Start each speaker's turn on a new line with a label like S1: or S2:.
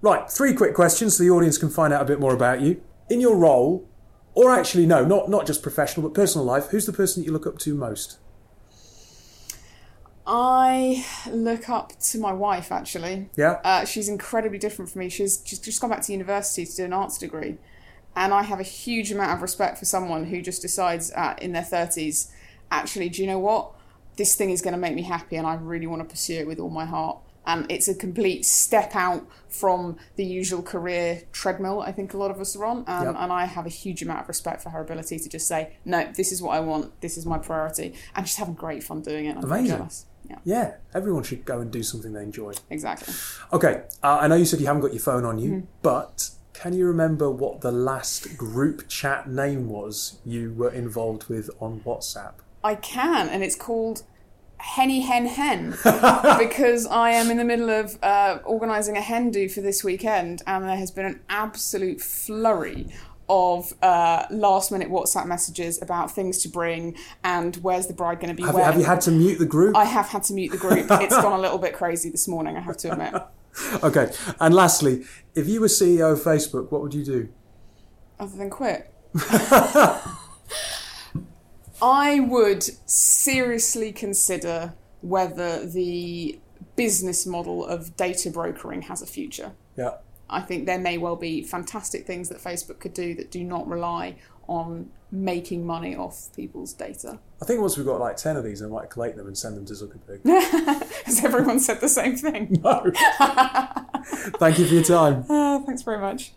S1: Right, three quick questions so the audience can find out a bit more about you. In your role, or actually, no, not, not just professional, but personal life, who's the person that you look up to most?
S2: I look up to my wife actually.
S1: Yeah?
S2: Uh, she's incredibly different from me. She's just, just gone back to university to do an arts degree. And I have a huge amount of respect for someone who just decides uh, in their 30s, actually, do you know what? This thing is going to make me happy and I really want to pursue it with all my heart. And it's a complete step out from the usual career treadmill I think a lot of us are on. Um,
S1: Yep.
S2: And I have a huge amount of respect for her ability to just say, no, this is what I want, this is my priority. And she's having great fun doing it. I'm very
S1: Amazing.
S2: jealous. Yeah,
S1: Yeah, everyone should go and do something they enjoy.
S2: exactly.
S1: Okay, uh, I know you said you haven't got your phone on you,
S2: Mm-hmm.
S1: but can you remember what the last group chat name was you were involved with on WhatsApp?
S2: I can, and it's called Henny Hen Hen because I am in the middle of uh, organising a hen do for this weekend, and there has been an absolute flurry of uh, last minute WhatsApp messages about things to bring and where's the bride going to be
S1: Have, you-
S2: wearing.
S1: have you had to mute the group?
S2: I have had to mute the group. It's gone a little bit crazy this morning, I have to admit.
S1: Okay, and lastly, if you were CEO of Facebook, what would you do?
S2: other than quit. I would seriously consider whether the business model of data brokering has a future.
S1: Yeah,
S2: I think there may well be fantastic things that Facebook could do that do not rely on making money off people's data.
S1: I think once we've got like 10 of these, I might collate them and send them to Zuckerberg.
S2: Has everyone said the same thing?
S1: Thank you for your time.
S2: Ah, thanks very much.